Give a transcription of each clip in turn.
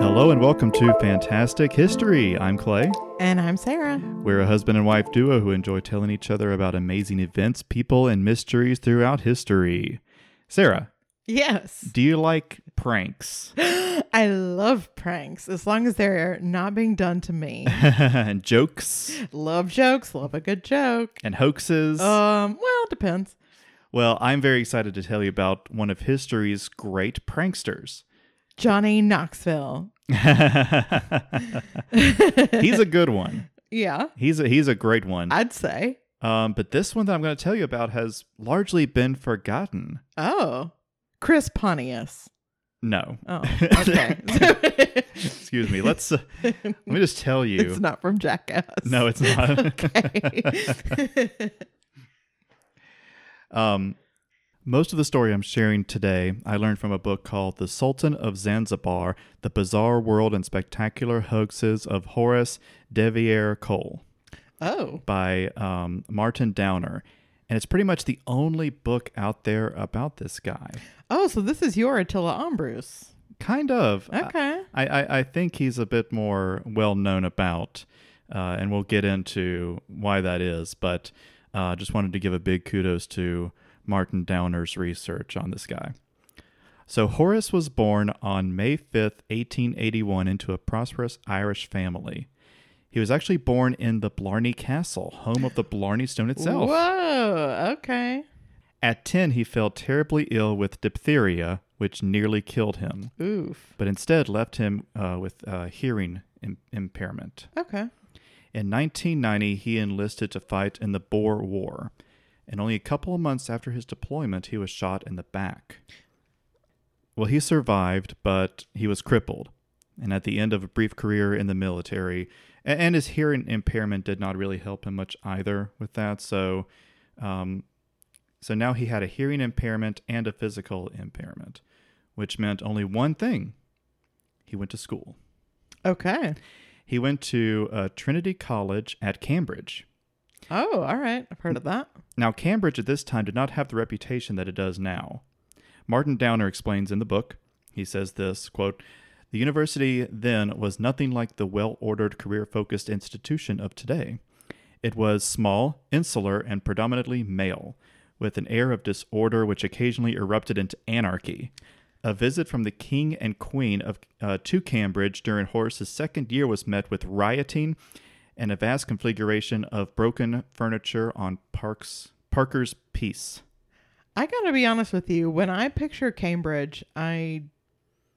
Hello and welcome to Fantastic History. I'm Clay. And I'm Sarah. We're a husband and wife duo who enjoy telling each other about amazing events, people, and mysteries throughout history. Sarah, Yes. do you like pranks? I love pranks as long as they're not being done to me. and jokes? love jokes, love a good joke. And hoaxes? Um, well, it depends. well, I'm very excited to tell you about one of history's great pranksters. Johnny Knoxville. he's a good one. Yeah, He's a, he's a great one. I'd say. Um, but this one that I'm going to tell you about has largely been forgotten. Oh, Chris Pontius. No. Oh, okay. it's Excuse me. Let's uh, let me just tell you. not from Jackass. no, it's not. okay. um, most of the story I'm sharing today, I learned from a book called "The Sultan of Zanzibar: The Bizarre World and Spectacular Hoaxes of Horace Deviere Cole" oh, by um, Martin Downer, and it's pretty much the only book out there about this guy. oh, so this is your Attila Ombrus. Kind of. I- Okay. I, I, I think he's a bit more well known about, uh, and we'll get into why that is. But uh, just wanted to give a big kudos to Martin Downer's research on this guy. So Horace was born on May 5th, 1881, into a prosperous Irish family. He was actually born in the Blarney Castle, home of the Blarney Stone itself. Whoa, okay. At 10, he fell terribly ill with diphtheria, which nearly killed him Oof. but instead left him uh, with uh, hearing Im- impairment. Okay. In 1990, he enlisted to fight in the Boer War, and only a couple of months after his deployment, he was shot in the back. Well, he survived, but he was crippled, and at the end of a brief career in the military, a- and his hearing impairment did not really help him much either with that. So, um, so now he had a hearing impairment and a physical impairment, which meant only one thing: he went to school. Okay. He went to uh, Trinity College at Cambridge. Oh, all right. I've heard of that. Now, Cambridge at this time did not have the reputation that it does now. Martin Downer explains in the book. He says this quote, The university then was nothing like the well ordered, career focused institution of today. It was small, insular, and predominantly male, with an air of disorder which occasionally erupted into anarchy. A visit from the king and queen of uh, to Cambridge during Horace's second year was met with rioting and a vast configuration of broken furniture on Park's Parker's piece. I got to be honest with you. When I picture Cambridge, I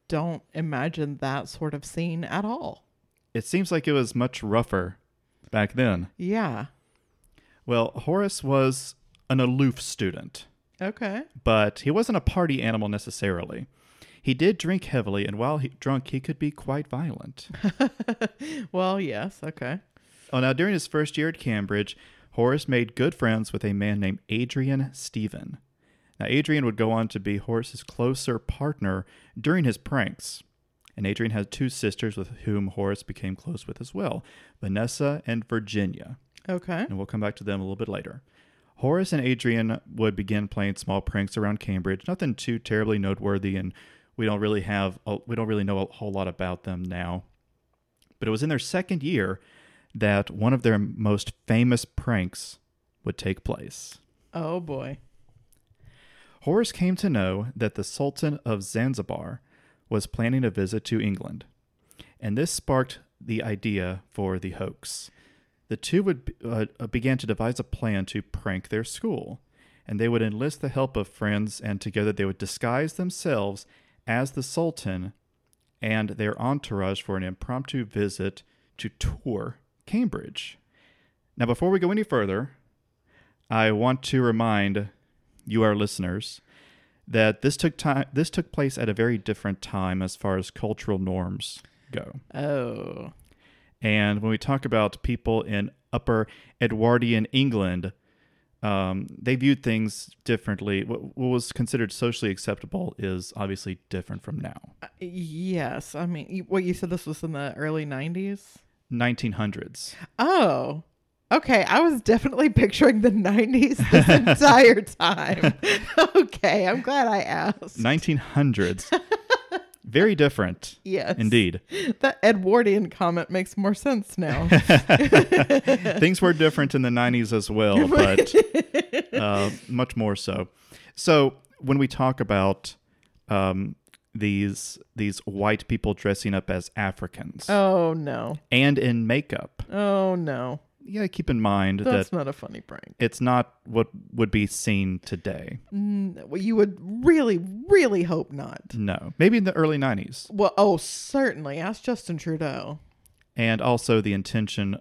don't imagine that sort of scene at all. It seems like it was much rougher back then. Yeah. Well, Horace was an aloof student. Okay. but he wasn't a party animal necessarily. He did drink heavily, and while he, drunk, he could be quite violent. Well, yes. Okay. oh, now, during his first year at Cambridge, Horace made good friends with a man named Adrian Stephen. Now, Adrian would go on to be Horace's closer partner during his pranks. And Adrian had two sisters with whom Horace became close with as well Vanessa and Virginia. Okay. and we'll come back to them a little bit later. Horace and Adrian would begin playing small pranks around Cambridge. Nothing too terribly noteworthy, and we don't really have a, we don't really know a whole lot about them now. But it was in their second year that one of their most famous pranks would take place. Oh, boy. Horace came to know that the Sultan of Zanzibar was planning a visit to England, and this sparked the idea for the hoax. The two would uh, began to devise a plan to prank their school, and they would enlist the help of friends, and together they would disguise themselves as the Sultan and their entourage for an impromptu visit to tour Cambridge. Now, before we go any further, I want to remind you, our listeners, that this took time. This took place at a very different time as far as cultural norms go. Oh. And when we talk about people in Upper Edwardian England, um, they viewed things differently. What, what was considered socially acceptable is obviously different from now. Uh, Yes. I mean, you- what you said this was in the early 90s? 1900s. Oh. Okay, I was definitely picturing the 90s this entire time. okay, I'm glad I asked. 1900s. Very different. Yes. Indeed. That Edwardian comment makes more sense now. Things were different in the 90s as well, but uh, much more so. So when we talk about um, these these white people dressing up as Africans oh no. and in makeup, Oh no. yeah, keep in mind That's that not a funny prank. it's not what would be seen today. Mm, well, you would really, really hope not. No, maybe in the early 90s, Well, oh, certainly. Ask Justin Trudeau. and also the intention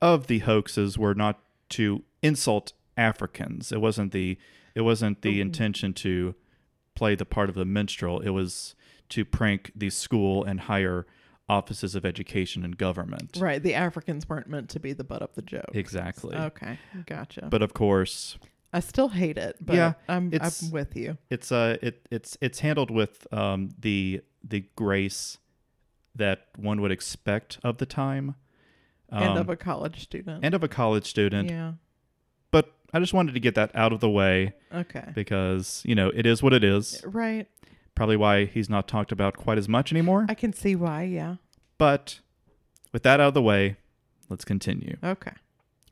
of the hoaxes were not to insult Africans. It wasn't the it wasn't Oh. the intention to play the part of the minstrel. It was to prank the school and higher offices of education and government. Right. The Africans weren't meant to be the butt of the joke. Exactly. Okay. Gotcha. But of course, I still hate it, but Yeah, I'm, it's- I'm with you. it's uh it it's it's handled with um the the grace that one would expect of the time and um, of a college student. and of a college student. yeah. But I just wanted to get that out of the way Okay. because you know it is what it is. Right. Probably why he's not talked about quite as much anymore. I can see why. Yeah. But with that out of the way, let's continue. Okay.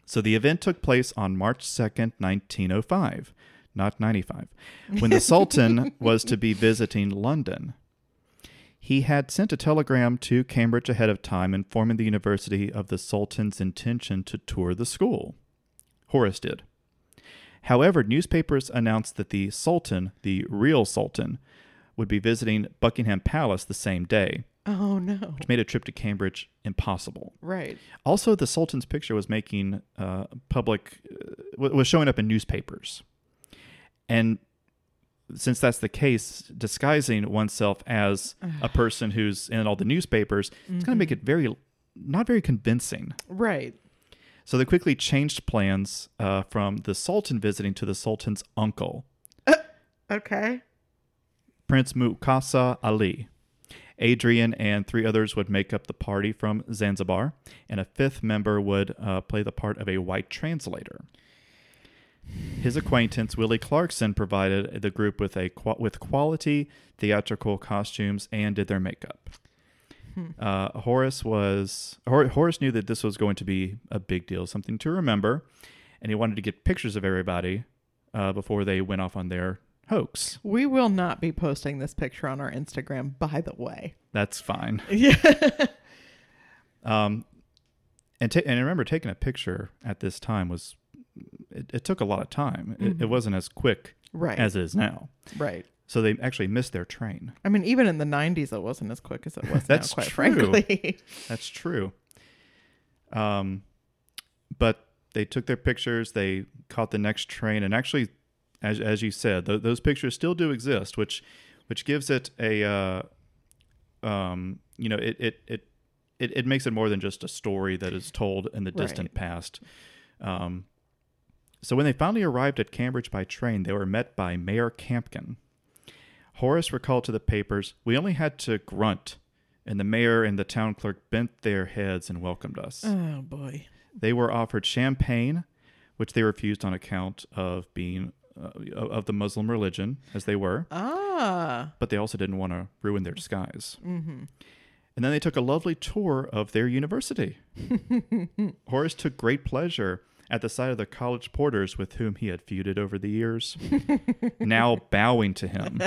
So the event took place on March 2nd, 1905, not 95, when the Sultan was to be visiting London. He had sent a telegram to Cambridge ahead of time informing the university of the Sultan's intention to tour the school. Horace did. However, newspapers announced that the Sultan, the real Sultan, would be visiting Buckingham Palace the same day, Oh, no. which made a trip to Cambridge impossible. Right. Also, the Sultan's picture was making uh, public, uh, w- was showing up in newspapers. And since that's the case, disguising oneself as a person who's in all the newspapers, it's going to make it very, not very convincing. Right. So they quickly changed plans uh, from the Sultan visiting to the Sultan's uncle, Okay. Prince Mukasa Ali. Adrian and three others would make up the party from Zanzibar, and a fifth member would uh, play the part of a white translator. His acquaintance Willie Clarkson provided the group with a qua with quality theatrical costumes and did their makeup. Uh, Horace was Hor- Horace knew that this was going to be a big deal, something to remember, and he wanted to get pictures of everybody uh, before they went off on their hoax. We will not be posting this picture on our Instagram, by the way. That's fine. Yeah. Um, and ta- and I remember taking a picture at this time was it, it took a lot of time. It, it wasn't as quick Mm-hmm. Right. as it is now. right. So they actually missed their train. I mean, even in the 90s, it wasn't as quick as it was That's now, quite true. frankly. That's true. Um, but they took their pictures. They caught the next train, and actually, as as you said, th- those pictures still do exist, which which gives it a uh, um, you know, it it it. It, it makes it more than just a story that is told in the distant past. Um, so when they finally arrived at Cambridge by train, they were met by Mayor Campkin. Horace recalled to the papers, We only had to grunt, and the mayor and the town clerk bent their heads and welcomed us. oh, boy. They were offered champagne, which they refused on account of being uh, of the Muslim religion, as they were, Ah. but they also didn't want to ruin their disguise. Mm-hmm. And then they took a lovely tour of their university. Horace took great pleasure at the sight of the college porters with whom he had feuded over the years, now bowing to him.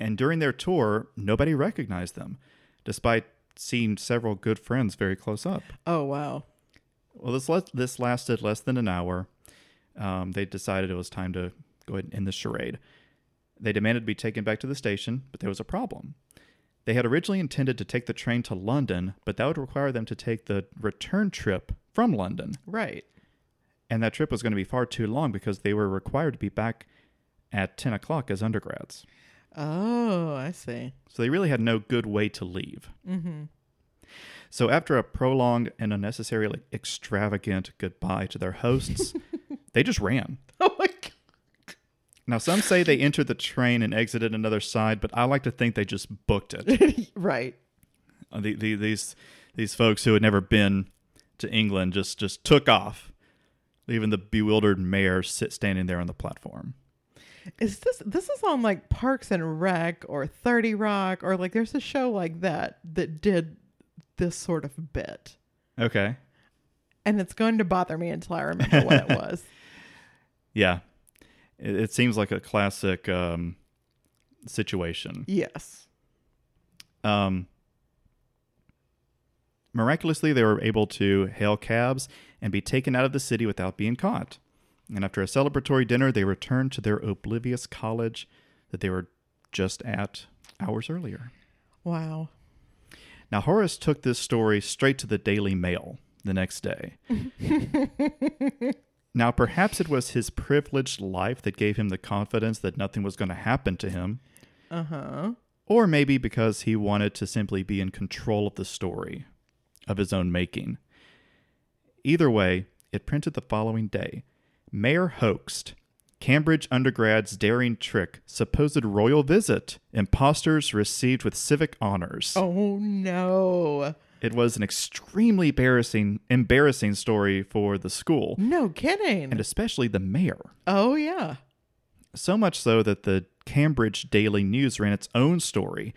And during their tour, nobody recognized them, despite seeing several good friends very close up. Oh, wow. Well, this le- this lasted less than an hour. Um, they decided it was time to go ahead and end the charade. They demanded to be taken back to the station, but there was a problem. They had originally intended to take the train to London, but that would require them to take the return trip from London, Right. and that trip was going to be far too long because they were required to be back at ten o'clock as undergrads. Oh, I see. So they really had no good way to leave. Mm-hmm. So after a prolonged and unnecessarily extravagant goodbye to their hosts, they just ran. Oh, my God. Now some say they entered the train and exited another side, but I like to think they just booked it. right. Uh, the, the, these these folks who had never been to England just just took off, leaving the bewildered mayor sit standing there on the platform. Is this this is on like Parks and Rec or 30 Rock or like there's a show like that that did this sort of bit. Okay. And it's going to bother me until I remember what it was. Yeah. It, it seems like a classic um, situation. Yes. Um, miraculously, they were able to hail cabs and be taken out of the city without being caught. And after a celebratory dinner, they returned to their oblivious college that they were just at hours earlier. Wow. Now, Horace took this story straight to the Daily Mail the next day. now, perhaps it was his privileged life that gave him the confidence that nothing was going to happen to him, Uh-huh. or maybe because he wanted to simply be in control of the story of his own making. Either way, it printed the following day Mayor hoaxed. Cambridge undergrad's daring trick, supposed royal visit, imposters received with civic honors. Oh no. It was an extremely embarrassing embarrassing story for the school No kidding. and especially the mayor. oh yeah. So much so that the Cambridge Daily News ran its own story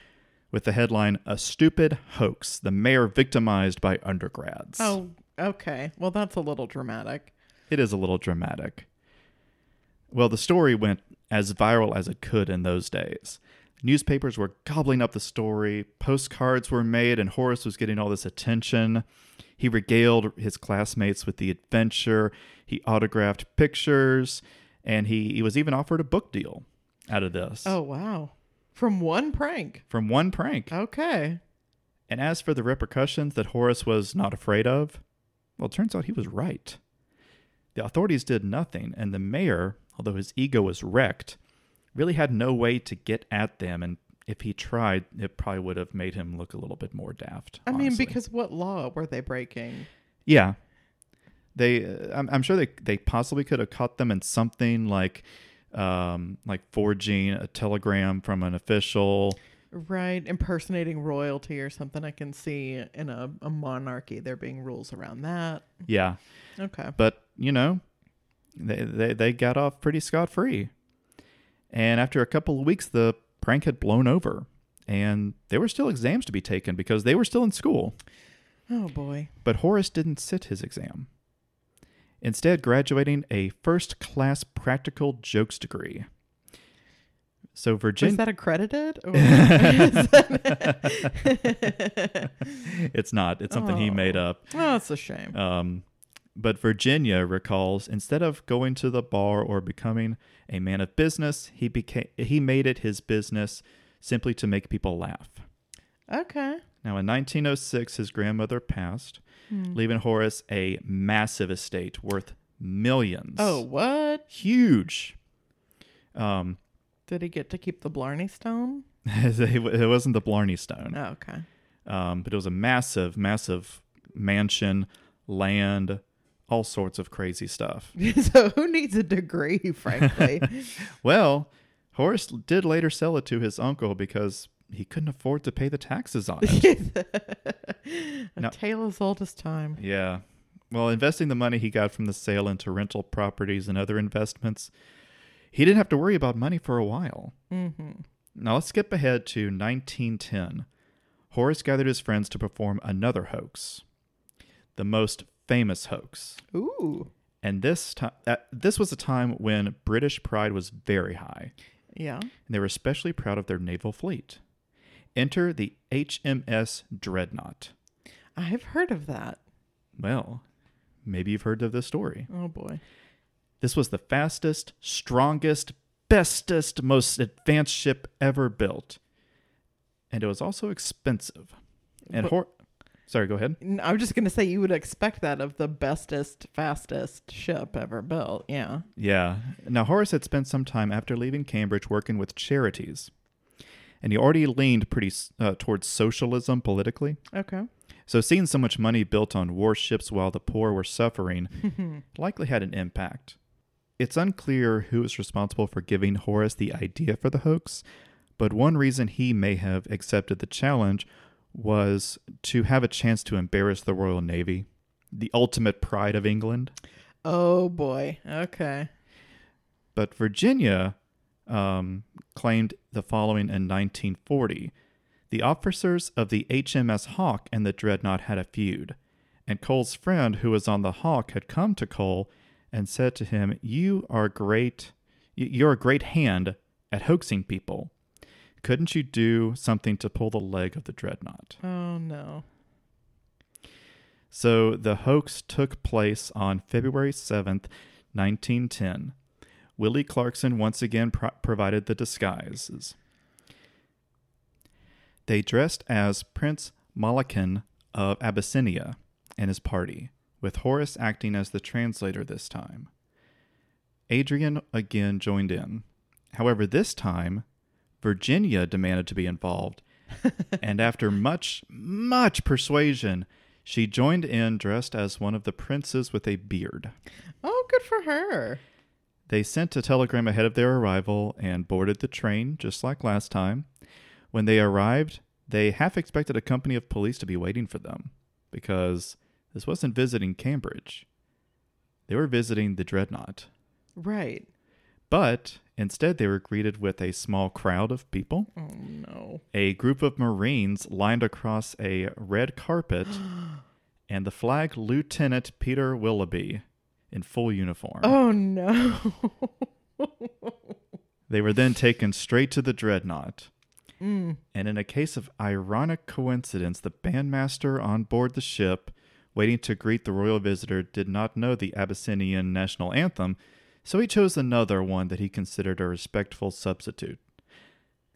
with the headline A Stupid Hoax, the mayor victimized by undergrads. Oh, okay. Well, that's a little dramatic. It is a little dramatic. Well, the story went as viral as it could in those days. Newspapers were gobbling up the story, postcards were made, and Horace was getting all this attention. He regaled his classmates with the adventure, he autographed pictures, and he, he was even offered a book deal out of this Oh, wow. From one prank. from one prank. Oh. Okay. And as for the repercussions that Horace was not afraid of, well, it turns out he was right. The authorities did nothing, and the mayor, although his ego was wrecked, really had no way to get at them. And if he tried, it probably would have made him look a little bit more daft. I mean, honestly. because what law were they breaking? Yeah. They, uh, I'm, I'm sure they, they possibly could have caught them in something like, um, like forging a telegram from an official. Right, impersonating royalty or something. I can see in a, a monarchy there being rules around that. Yeah. Okay. but you know, they they, they got off pretty scot free. And after a couple of weeks, the prank had blown over, and there were still exams to be taken because they were still in school. Oh boy. But Horace didn't sit his exam. Instead, graduating a first class practical jokes degree. So Is Virginia, that accredited? Or oh, it's not. It's something he Oh. made up. it's a shame. Um, but Virginia recalls instead of going to the bar or becoming a man of business, he became he made it his business simply to make people laugh. Okay. Now in 1906 his grandmother passed, leaving Horace a massive estate worth millions. Oh, what? huge. Um Did he get to keep the Blarney Stone? it wasn't the Blarney Stone. Oh, okay. um, but it was a massive, massive mansion, land, all sorts of crazy stuff. so who needs a degree, frankly? Well, Horace did later sell it to his uncle because he couldn't afford to pay the taxes on it. a No. tale as old as time. yeah. Well, investing the money he got from the sale into rental properties and other investments, he didn't have to worry about money for a while. Mm-hmm. Now let's skip ahead to 1910. Horace gathered his friends to perform another hoax, the most famous hoax. Ooh. And this time, uh, this was a time when British pride was very high. Yeah. and they were especially proud of their naval fleet. Enter the HMS Dreadnought. I've heard of that. Well, maybe you've heard of this story. Oh boy. This was the fastest, strongest, bestest, most advanced ship ever built. And it was also expensive. And But- Hor- sorry, go ahead. N- I was just going to say you would expect that of the bestest, fastest ship ever built. Yeah. Yeah. Now, Horace had spent some time after leaving Cambridge working with charities. And he already leaned pretty s- uh, towards socialism politically. Okay. So, seeing so much money built on warships while the poor were suffering likely had an impact. It's unclear who is responsible for giving Horace the idea for the hoax, but one reason he may have accepted the challenge was to have a chance to embarrass the Royal Navy, the ultimate pride of England. Oh boy. Okay. But Virginia um, claimed the following in 1940 The officers of the HMS Hawk and the Dreadnought had a feud, and Cole's friend, who was on the Hawk, had come to Cole and said to him, You are great, y- you're a great hand at hoaxing people. Couldn't you do something to pull the leg of the Dreadnought? Oh no. So the hoax took place on February 7th, 1910. Willie Clarkson once again pro- provided the disguises. They dressed as Prince Malakin of Abyssinia and his party, with Horace acting as the translator this time. Adrian again joined in. However, this time, Virginia demanded to be involved, and after much, much persuasion, she joined in dressed as one of the princes with a beard. Oh, good for her. They sent a telegram ahead of their arrival and boarded the train, just like last time. When they arrived, they half expected a company of police to be waiting for them because this wasn't visiting Cambridge. They were visiting the Dreadnought. Right. But instead, they were greeted with a small crowd of people. Oh no. A group of Marines lined across a red carpet, and the flag Lieutenant Peter Willoughby in full uniform. Oh no. They were then taken straight to the dreadnought. And in a case of ironic coincidence, the bandmaster on board the ship, waiting to greet the royal visitor, did not know the Abyssinian national anthem, so he chose another one that he considered a respectful substitute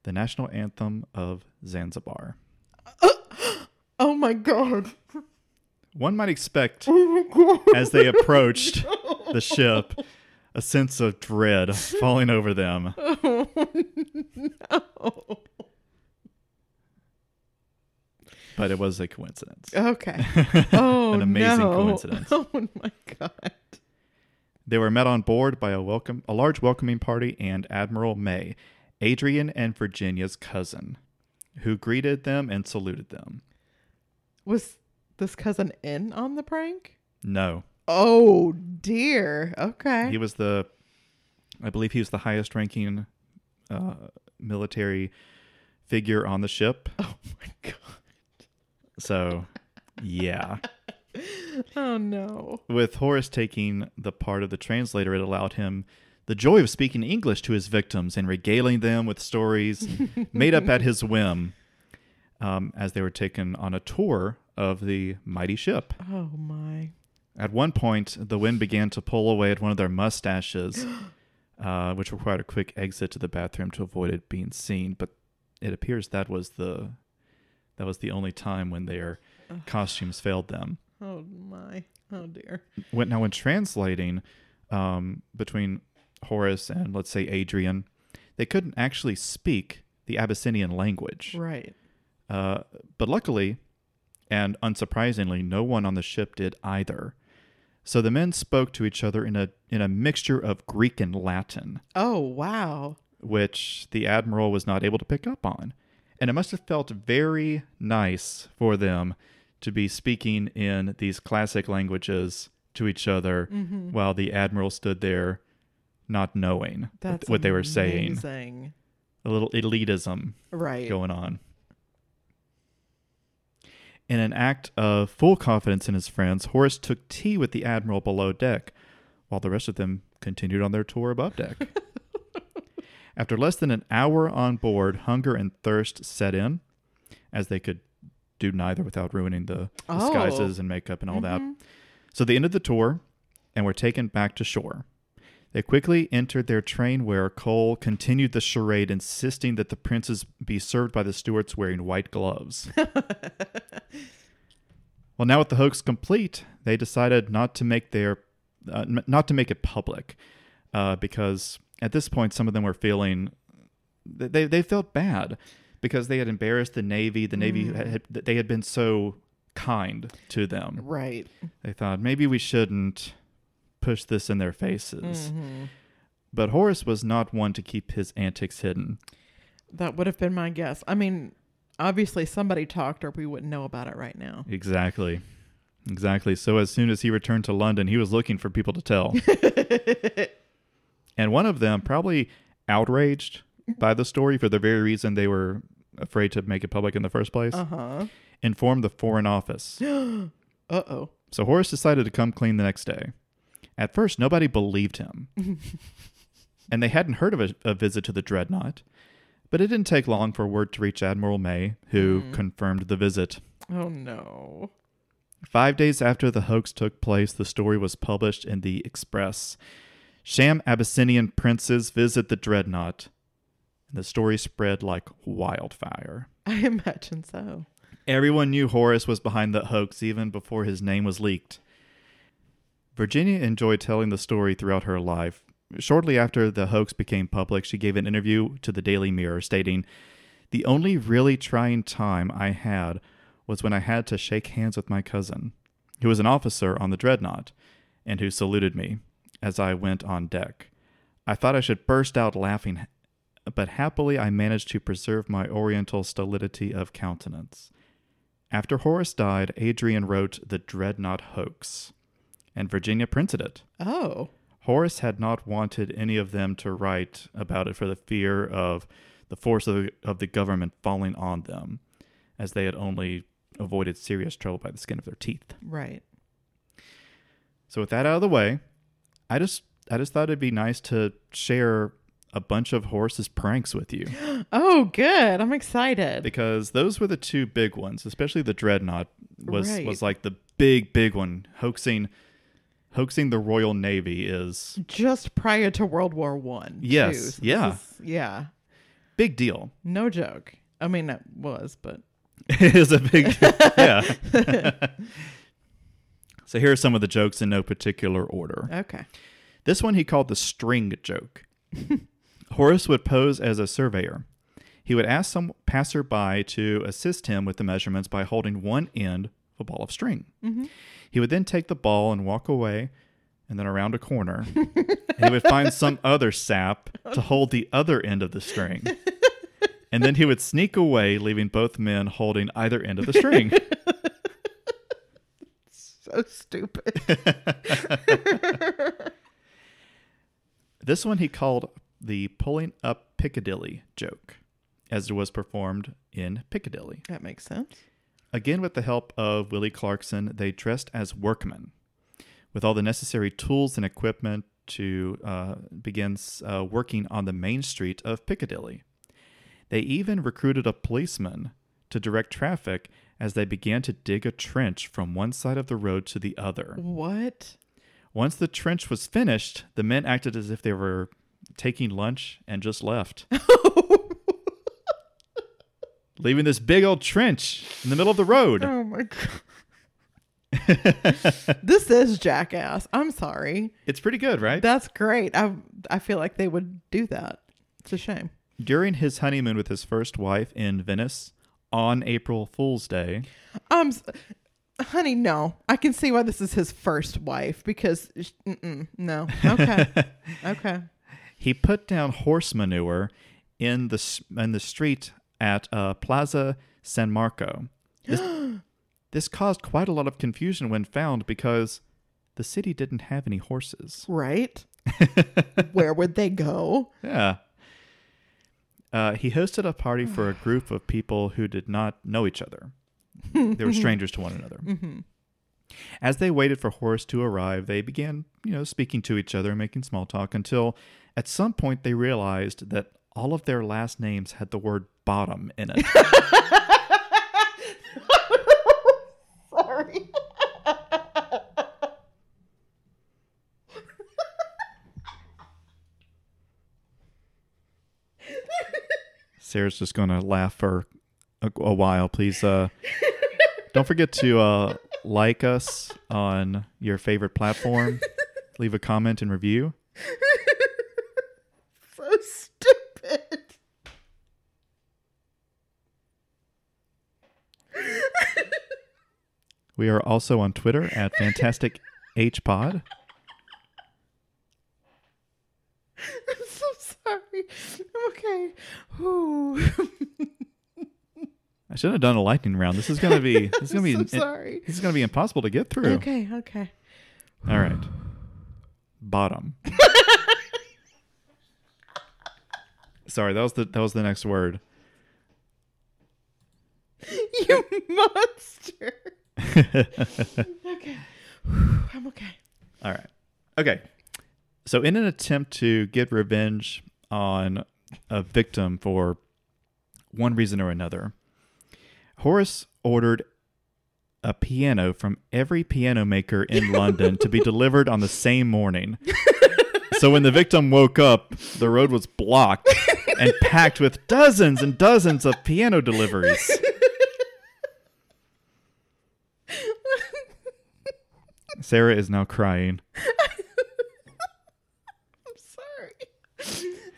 the national anthem of Zanzibar. oh my god. One might expect Oh my god. as they approached the ship, a sense of dread falling over them. Oh, But it was a coincidence. Okay. Oh An amazing no. coincidence. Oh my god. They were met on board by a welcome a large welcoming party and Admiral May, Adrian and Virginia's cousin, who greeted them and saluted them. Was this cousin in on the prank? No. Oh dear. Okay. He was the I believe he was the highest ranking uh, military figure on the ship. oh my god. So yeah. Oh no. With Horace taking the part of the translator, it allowed him the joy of speaking English to his victims and regaling them with stories made up at his whim um, as they were taken on a tour of the mighty ship. Oh my. At one point, the wind began to pull away at one of their mustaches, uh, which required a quick exit to the bathroom to avoid it being seen. But it appears that was the that was the only time when their costumes failed them. Oh my. Oh dear. when now when translating um, between Horace and let's say Adrian, they couldn't actually speak the Abyssinian language. Right. Uh, but luckily, and unsurprisingly, no one on the ship did either. So the men spoke to each other in a in a mixture of Greek and Latin, Oh wow. which the admiral was not able to pick up on, and it must have felt very nice for them to be speaking in these classic languages to each other Mm-hmm. while the admiral stood there not knowing what- That's what they were saying amazing. a little elitism Right. going on. In an act of full confidence in his friends, Horace took tea with the admiral below deck, while the rest of them continued on their tour above deck. After less than an hour on board, hunger and thirst set in, as they could do neither without ruining the Oh. disguises and makeup and all that. Mm-hmm. So they ended the tour and were taken back to shore. They quickly entered their train where Cole continued the charade, insisting that the princes be served by the stewards wearing white gloves. well, now with the hoax complete, they decided not to make their uh, n- not to make it public uh, because at this point some of them were feeling th- they they felt bad because they had embarrassed the navy. The navy had, had they had been so kind to them. Right. They thought maybe we shouldn't push this in their faces. Mm-hmm. But Horace was not one to keep his antics hidden. That would have been my guess. I mean, obviously somebody talked or we wouldn't know about it right now. Exactly. Exactly. So as soon as he returned to London, he was looking for people to tell. and one of them, probably outraged by the story for the very reason they were afraid to make it public in the first place, Uh huh. informed the Foreign Office. Uh oh. So Horace decided to come clean the next day. At first, nobody believed him. and they hadn't heard of a, a visit to the dreadnought. But it didn't take long for word to reach Admiral May, who confirmed the visit. Oh no. Five days after the hoax took place, the story was published in the Express. Sham Abyssinian princes visit the dreadnought. And the story spread like wildfire. I imagine so. Everyone knew Horace was behind the hoax even before his name was leaked. Virginia enjoyed telling the story throughout her life. Shortly after the hoax became public, she gave an interview to the Daily Mirror stating, The only really trying time I had was when I had to shake hands with my cousin, who was an officer on the dreadnought and who saluted me as I went on deck. I thought I should burst out laughing, but happily I managed to preserve my oriental stolidity of countenance. After Horace died, Adrian wrote The Dreadnought Hoax, and Virginia printed it. Oh. Horace had not wanted any of them to write about it for the fear of the force of, of the government falling on them, as they had only avoided serious trouble by the skin of their teeth. Right. So with that out of the way, I just I just thought it'd be nice to share a bunch of Horace's pranks with you Oh, good. I'm excited. because those were the two big ones, especially the dreadnought was Right. was like the big big one. Hoaxing hoaxing the Royal Navy is Just prior to World War One. too. Yes, So this yeah. is- yeah. big deal. No joke. I mean, it was, but it is a big deal. yeah. so here are some of the jokes in no particular order. okay. This one he called the string joke. Horace would pose as a surveyor. He would ask some passerby to assist him with the measurements by holding one end of a ball of string. He would then take the ball and walk away and then around a corner. and he would find some other sap to hold the other end of the string. And then he would sneak away, leaving both men holding either end of the string. So stupid. This one he called the pulling up Piccadilly joke, as it was performed in Piccadilly. that makes sense. Again, with the help of Willie Clarkson, they dressed as workmen with all the necessary tools and equipment to uh, begin uh, working on the main street of Piccadilly. They even recruited a policeman to direct traffic as they began to dig a trench from one side of the road to the other. What? Once the trench was finished, the men acted as if they were taking lunch and just left. Leaving this big old trench in the middle of the road. Oh my god. this is jackass. I'm sorry. It's pretty good, right? That's great. I I feel like they would do that. It's a shame. During his honeymoon with his first wife in Venice on April Fool's Day, Um, s- honey, no. I can see why this is his first wife because sh- mm-mm, no. Okay, okay. he put down horse manure in the s- in the street at uh, Plaza San Marco. This, this caused quite a lot of confusion when found because the city didn't have any horses. Right? Where would they go? Yeah. Uh, he hosted a party for a group of people who did not know each other. They were strangers to one another. As they waited for Horace to arrive, they began, you know, speaking to each other, making small talk, until at some point they realized that all of their last names had the word bottom in it. Sorry. Sarah's just going to laugh for a, a while. Please uh, don't forget to uh, like us on your favorite platform, leave a comment and review. so stupid. We are also on Twitter at Fantastic H Pod. I'm so sorry. I'm okay. Whew. I should have done a lightning round. This is gonna be this is gonna I'm be so it- sorry. this is gonna be impossible to get through. Okay, okay. All right. Bottom. Sorry, that was the that was the next word. you monster. okay. Whew, I'm okay. All right. Okay. So, in an attempt to get revenge on a victim for one reason or another, Horace ordered a piano from every piano maker in London to be delivered on the same morning. so, when the victim woke up, the road was blocked and packed with dozens and dozens of piano deliveries. Sarah is now crying. I'm sorry.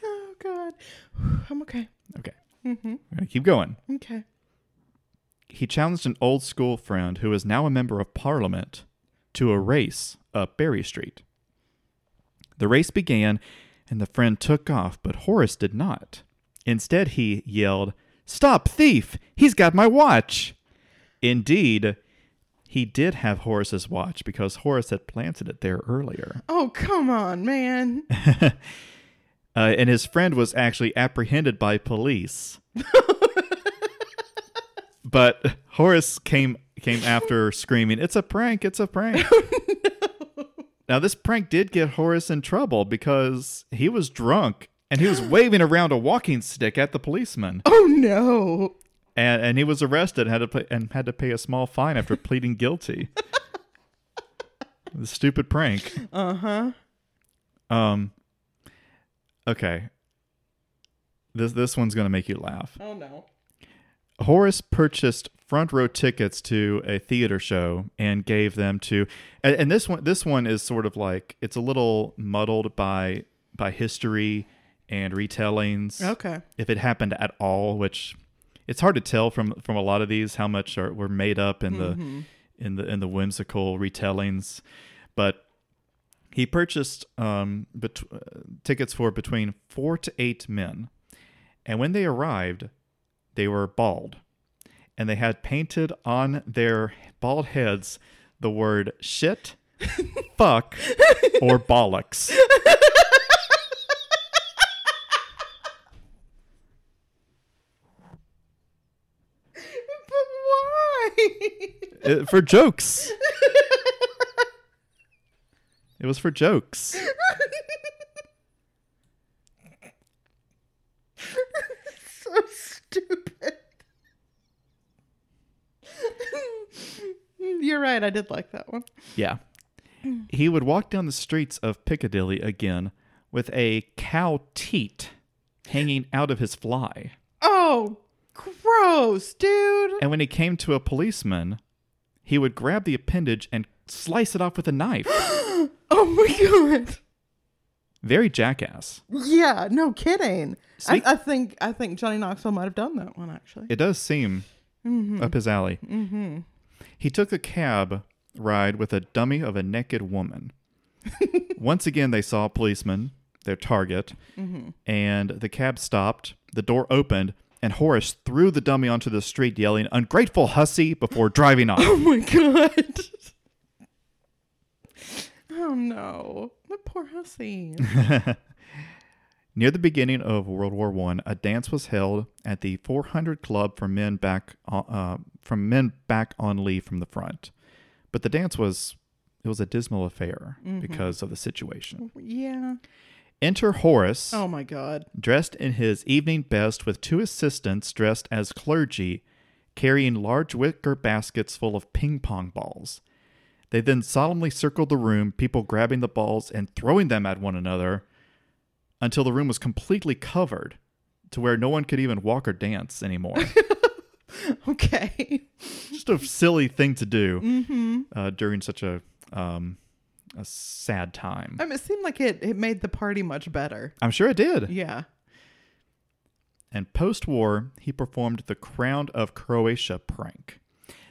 Oh God. Whew, I'm okay. Okay. Mm-hmm. We're going to keep going. Okay. he challenged an old school friend who is now a member of parliament to a race up Berry Street. The race began and the friend took off, but Horace did not. Instead, he yelled, Stop, thief! He's got my watch! Indeed, he did have Horace's watch because Horace had planted it there earlier. Oh come on, man. Uh, and his friend was actually apprehended by police. but Horace came came after screaming, "It's a prank! It's a prank!" Now this prank did get Horace in trouble because he was drunk and he was waving around a walking stick at the policeman, Oh no. and, and he was arrested and had to pay, and had to pay a small fine after pleading guilty. the stupid prank. Uh huh. Um. Okay. This this one's gonna make you laugh. Oh no. Horace purchased front row tickets to a theater show and gave them to, and, and this one this one is sort of like it's a little muddled by by history and retellings. Okay. If it happened at all, which it's hard to tell from from a lot of these how much are were made up in the in the in the whimsical retellings, but he purchased um, bet- uh, tickets for between four to eight men, and when they arrived, they were bald, and they had painted on their bald heads the word "shit," "fuck," or "bollocks." But why? Uh, for jokes. it was for jokes. so stupid. You're right. I did like that one. Yeah. He would walk down the streets of Piccadilly again with a cow teat hanging out of his fly. Oh, gross, dude. And when he came to a policeman, he would grab the appendage and slice it off with a knife. Oh my god. Very jackass. Yeah, no kidding. I, Speak- I think I think Johnny Knoxville might have done that one actually. It does seem up his alley. Mm-hmm. He took a cab ride with a dummy of a naked woman. Once again, they saw a policeman, their target, Mm-hmm. and the cab stopped. The door opened, and Horace threw the dummy onto the street, yelling, Ungrateful hussy, before driving off. Oh my god. oh no. The poor hussy. Near the beginning of World War One, a dance was held at the 400 Club for men back on, uh, from men back on leave from the front, but the dance was it was a dismal affair because of the situation. yeah. Enter Horace, Oh my god. dressed in his evening best, with two assistants dressed as clergy, carrying large wicker baskets full of ping pong balls. They then solemnly circled the room, people grabbing the balls and throwing them at one another until the room was completely covered to where no one could even walk or dance anymore. Okay. Just a silly thing to do uh, during such a, um, a sad time. I mean, it seemed like it, it made the party much better. I'm sure it did. Yeah. and post war, he performed the Crown of Croatia prank.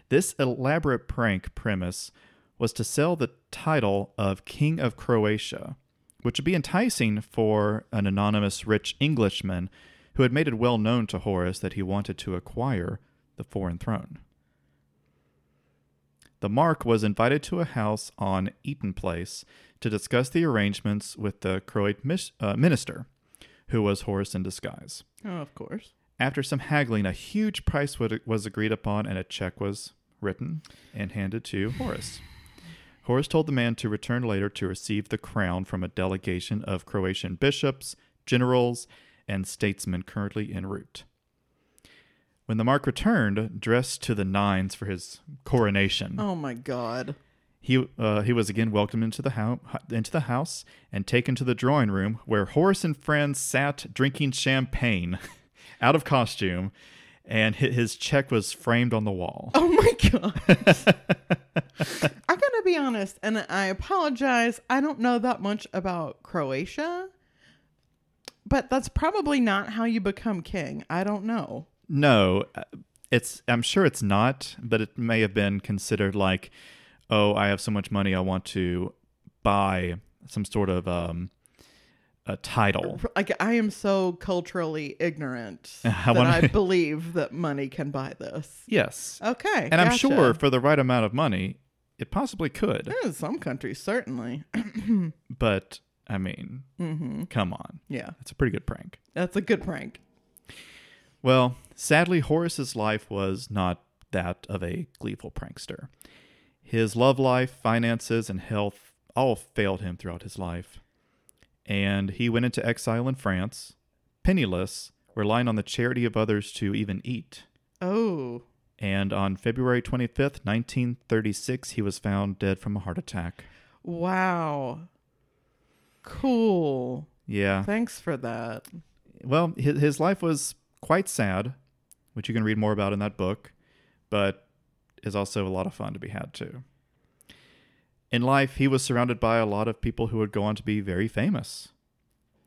This elaborate prank premise was to sell the title of King of Croatia, which would be enticing for an anonymous rich Englishman who had made it well known to Horace that he wanted to acquire the foreign throne. The Mark was invited to a house on Eaton Place to discuss the arrangements with the Croat mis- uh, minister, who was Horace in disguise. Oh, of course. After some haggling, a huge price wa- was agreed upon and a check was written and handed to Horace. Horace told the man to return later to receive the crown from a delegation of Croatian bishops, generals, and statesmen currently en route. When the mark returned, dressed to the nines for his coronation, Oh my god. he uh, he was again welcomed into the house into the house and taken to the drawing room where Horace and friends sat drinking champagne, out of costume, and hi- his check was framed on the wall. Oh my god. I gotta be honest, and I apologize. I don't know that much about Croatia, but that's probably not how you become king. I don't know. No, uh, it's I'm sure it's not, but it may have been considered like, oh, I have so much money, I want to buy some sort of um, a title. Like I am so culturally ignorant I that wanna- I believe that money can buy this. Yes, Okay, and I'm sure for the right amount of money, it possibly could. in some countries certainly. But I mean, hmm come on. Yeah, That's a pretty good prank. that's a good prank. Well, sadly, Horace's life was not that of a gleeful prankster. His love life, finances, and health all failed him throughout his life. And he went into exile in France, penniless, relying on the charity of others to even eat. Oh, And on February 25th, 1936, he was found dead from a heart attack. wow. Cool. Yeah. Thanks for that. well, his, his life was quite sad, which you can read more about in that book, but is also a lot of fun to be had too. In life, he was surrounded by a lot of people who would go on to be very famous.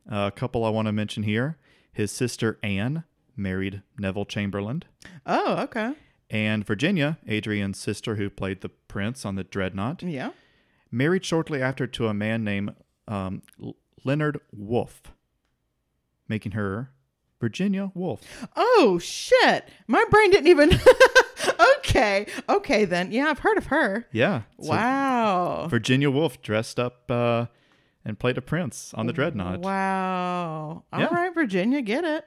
a couple I want to mention here his sister Anne married Neville Chamberlain, Oh, okay. and Virginia, Adrian's sister who played the prince on the Dreadnought, Yeah. married shortly after to a man named um, L- Leonard Wolfe, making her Virginia Wolfe. Oh shit. My brain didn't even Okay. Okay then. Yeah, I've heard of her. Yeah. So wow. Virginia Woolf dressed up uh, and played a prince on the Dreadnought. Wow. All Yeah. right, Virginia, get it.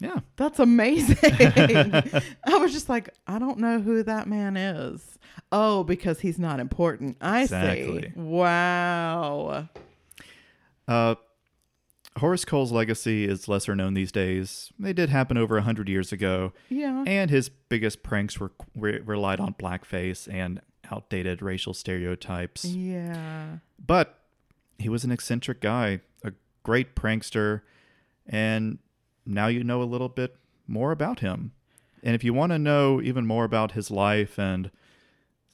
Yeah. That's amazing. I was just like, I don't know who that man is. Oh, because he's not important. I Exactly. see. Wow. Uh, Horace Cole's legacy is lesser known these days. They did happen over 100 years ago, Yeah. and his biggest pranks were, were relied on blackface and outdated racial stereotypes. Yeah. But he was an eccentric guy, a great prankster, and now you know a little bit more about him. And if you want to know even more about his life and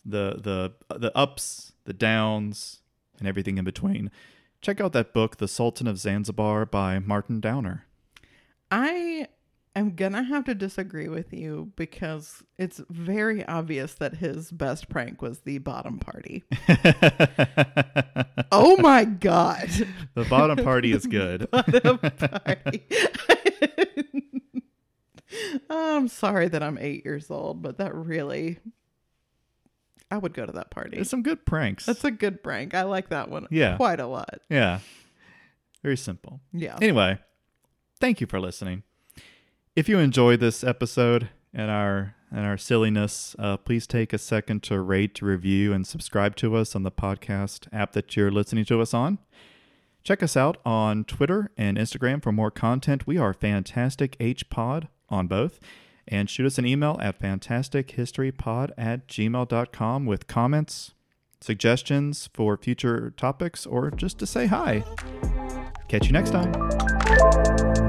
the the the ups, the downs, and everything in between, check out that book, The Sultan of Zanzibar by Martin Downer. I am gonna have to disagree with you because it's very obvious that his best prank was the bottom party. the oh my god. bottom party is good. Bottom party. I'm sorry that I'm eight years old, but that really I would go to that party. There's some good pranks. That's a good prank. I like that one Yeah. quite a lot. yeah. Very simple. Yeah. Anyway, thank you for listening. If you enjoyed this episode and our and our silliness, uh, please take a second to rate, review, and subscribe to us on the podcast app that you're listening to us on. Check us out on Twitter and Instagram for more content. We are Fantastic H Pod on both. And shoot us an email at fantastichistorypod at gmail.com with comments, suggestions for future topics, or just to say hi. Catch you next time.